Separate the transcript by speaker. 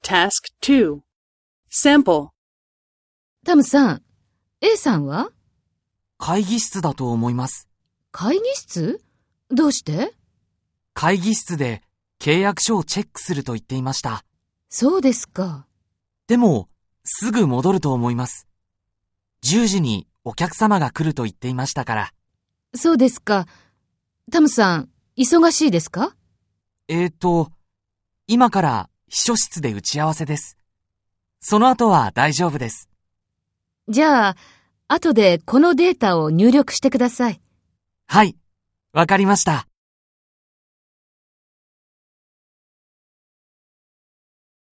Speaker 1: Task 2 Sample
Speaker 2: タムさん、A さんは
Speaker 3: 会議室だと思います。
Speaker 2: 会議室どうして
Speaker 3: 会議室で契約書をチェックすると言っていました。
Speaker 2: そうですか。
Speaker 3: でも、すぐ戻ると思います。10時にお客様が来ると言っていましたから。
Speaker 2: そうですか。タムさん、忙しいですか
Speaker 3: えーと、今から秘書室で打ち合わせです。その後は大丈夫です。
Speaker 2: じゃあ、後でこのデータを入力してください。
Speaker 3: はい、わかりました。